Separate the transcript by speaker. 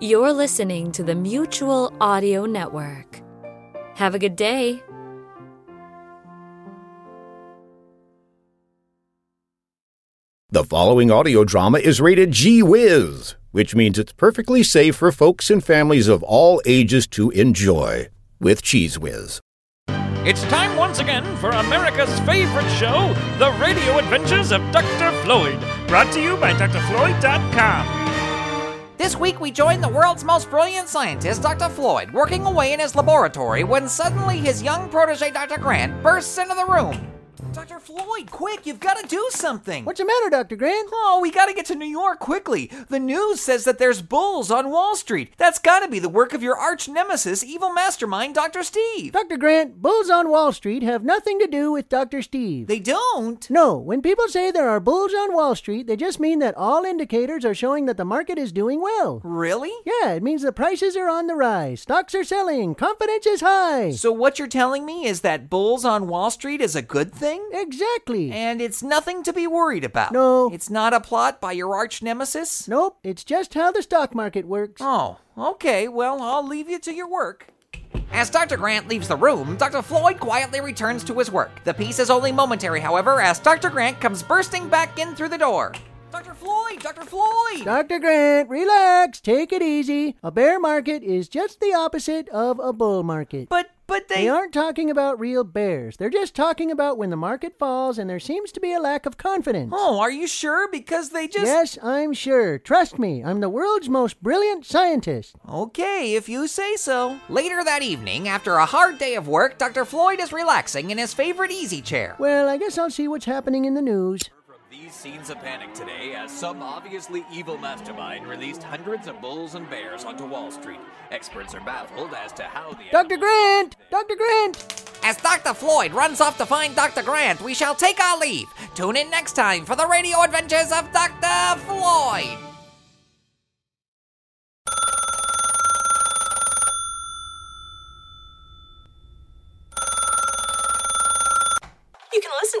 Speaker 1: You're listening to the Mutual Audio Network. Have a good day.
Speaker 2: The following audio drama is rated G Wiz, which means it's perfectly safe for folks and families of all ages to enjoy with Cheese Whiz.
Speaker 3: It's time once again for America's favorite show, The Radio Adventures of Dr. Floyd, brought to you by drfloyd.com.
Speaker 4: This week we join the world's most brilliant scientist, Dr. Floyd, working away in his laboratory when suddenly his young protege, Dr. Grant, bursts into the room. Dr. Floyd, quick, you've got to do something.
Speaker 5: Mm. What's the matter, Dr. Grant?
Speaker 4: Oh, we got to get to New York quickly. The news says that there's bulls on Wall Street. That's got to be the work of your arch nemesis, evil mastermind, Dr. Steve.
Speaker 5: Dr. Grant, bulls on Wall Street have nothing to do with Dr. Steve.
Speaker 4: They don't.
Speaker 5: no, when people say there are bulls on Wall Street, they just mean that all indicators are showing that the market is doing well.
Speaker 4: Really?
Speaker 5: Yeah, it means the prices are on the rise, stocks are selling, confidence is high.
Speaker 4: So, what you're telling me is that bulls on Wall Street is a good thing?
Speaker 5: exactly.
Speaker 4: And it's nothing to be worried about.
Speaker 5: No.
Speaker 4: It's not a plot by your arch nemesis?
Speaker 5: nope, it's just how the stock market works.
Speaker 4: Oh, okay. Well, I'll leave you to your work. As Dr. Grant leaves the room, Dr. Floyd quietly returns to his work. The peace is only momentary, however, as Dr. Grant comes bursting back in through the door. Dr. Floyd! Dr. Floyd!
Speaker 5: Dr. Grant, relax, take it easy. A bear market is just the opposite of a bull market.
Speaker 4: but, but they.
Speaker 5: They aren't talking about real bears. They're just talking about when the market falls and there seems to be a lack of confidence.
Speaker 4: Oh, are you sure? Because they just.
Speaker 5: Yes, I'm sure. Trust me, I'm the world's most brilliant scientist.
Speaker 4: Okay, if you say so. Later that evening, after a hard day of work, Dr. Floyd is relaxing in his favorite easy chair.
Speaker 5: Well, I guess I'll see what's happening in the news.
Speaker 6: from these scenes of panic today as some obviously evil mastermind released hundreds of bulls and bears onto Wall Street. Experts are baffled as to how the
Speaker 5: Dr. Grant! Dr. Grant!
Speaker 4: As Dr. Floyd runs off to find Dr. Grant, we shall take our leave. Tune in next time for the radio adventures of Dr. Floyd.
Speaker 7: You can listen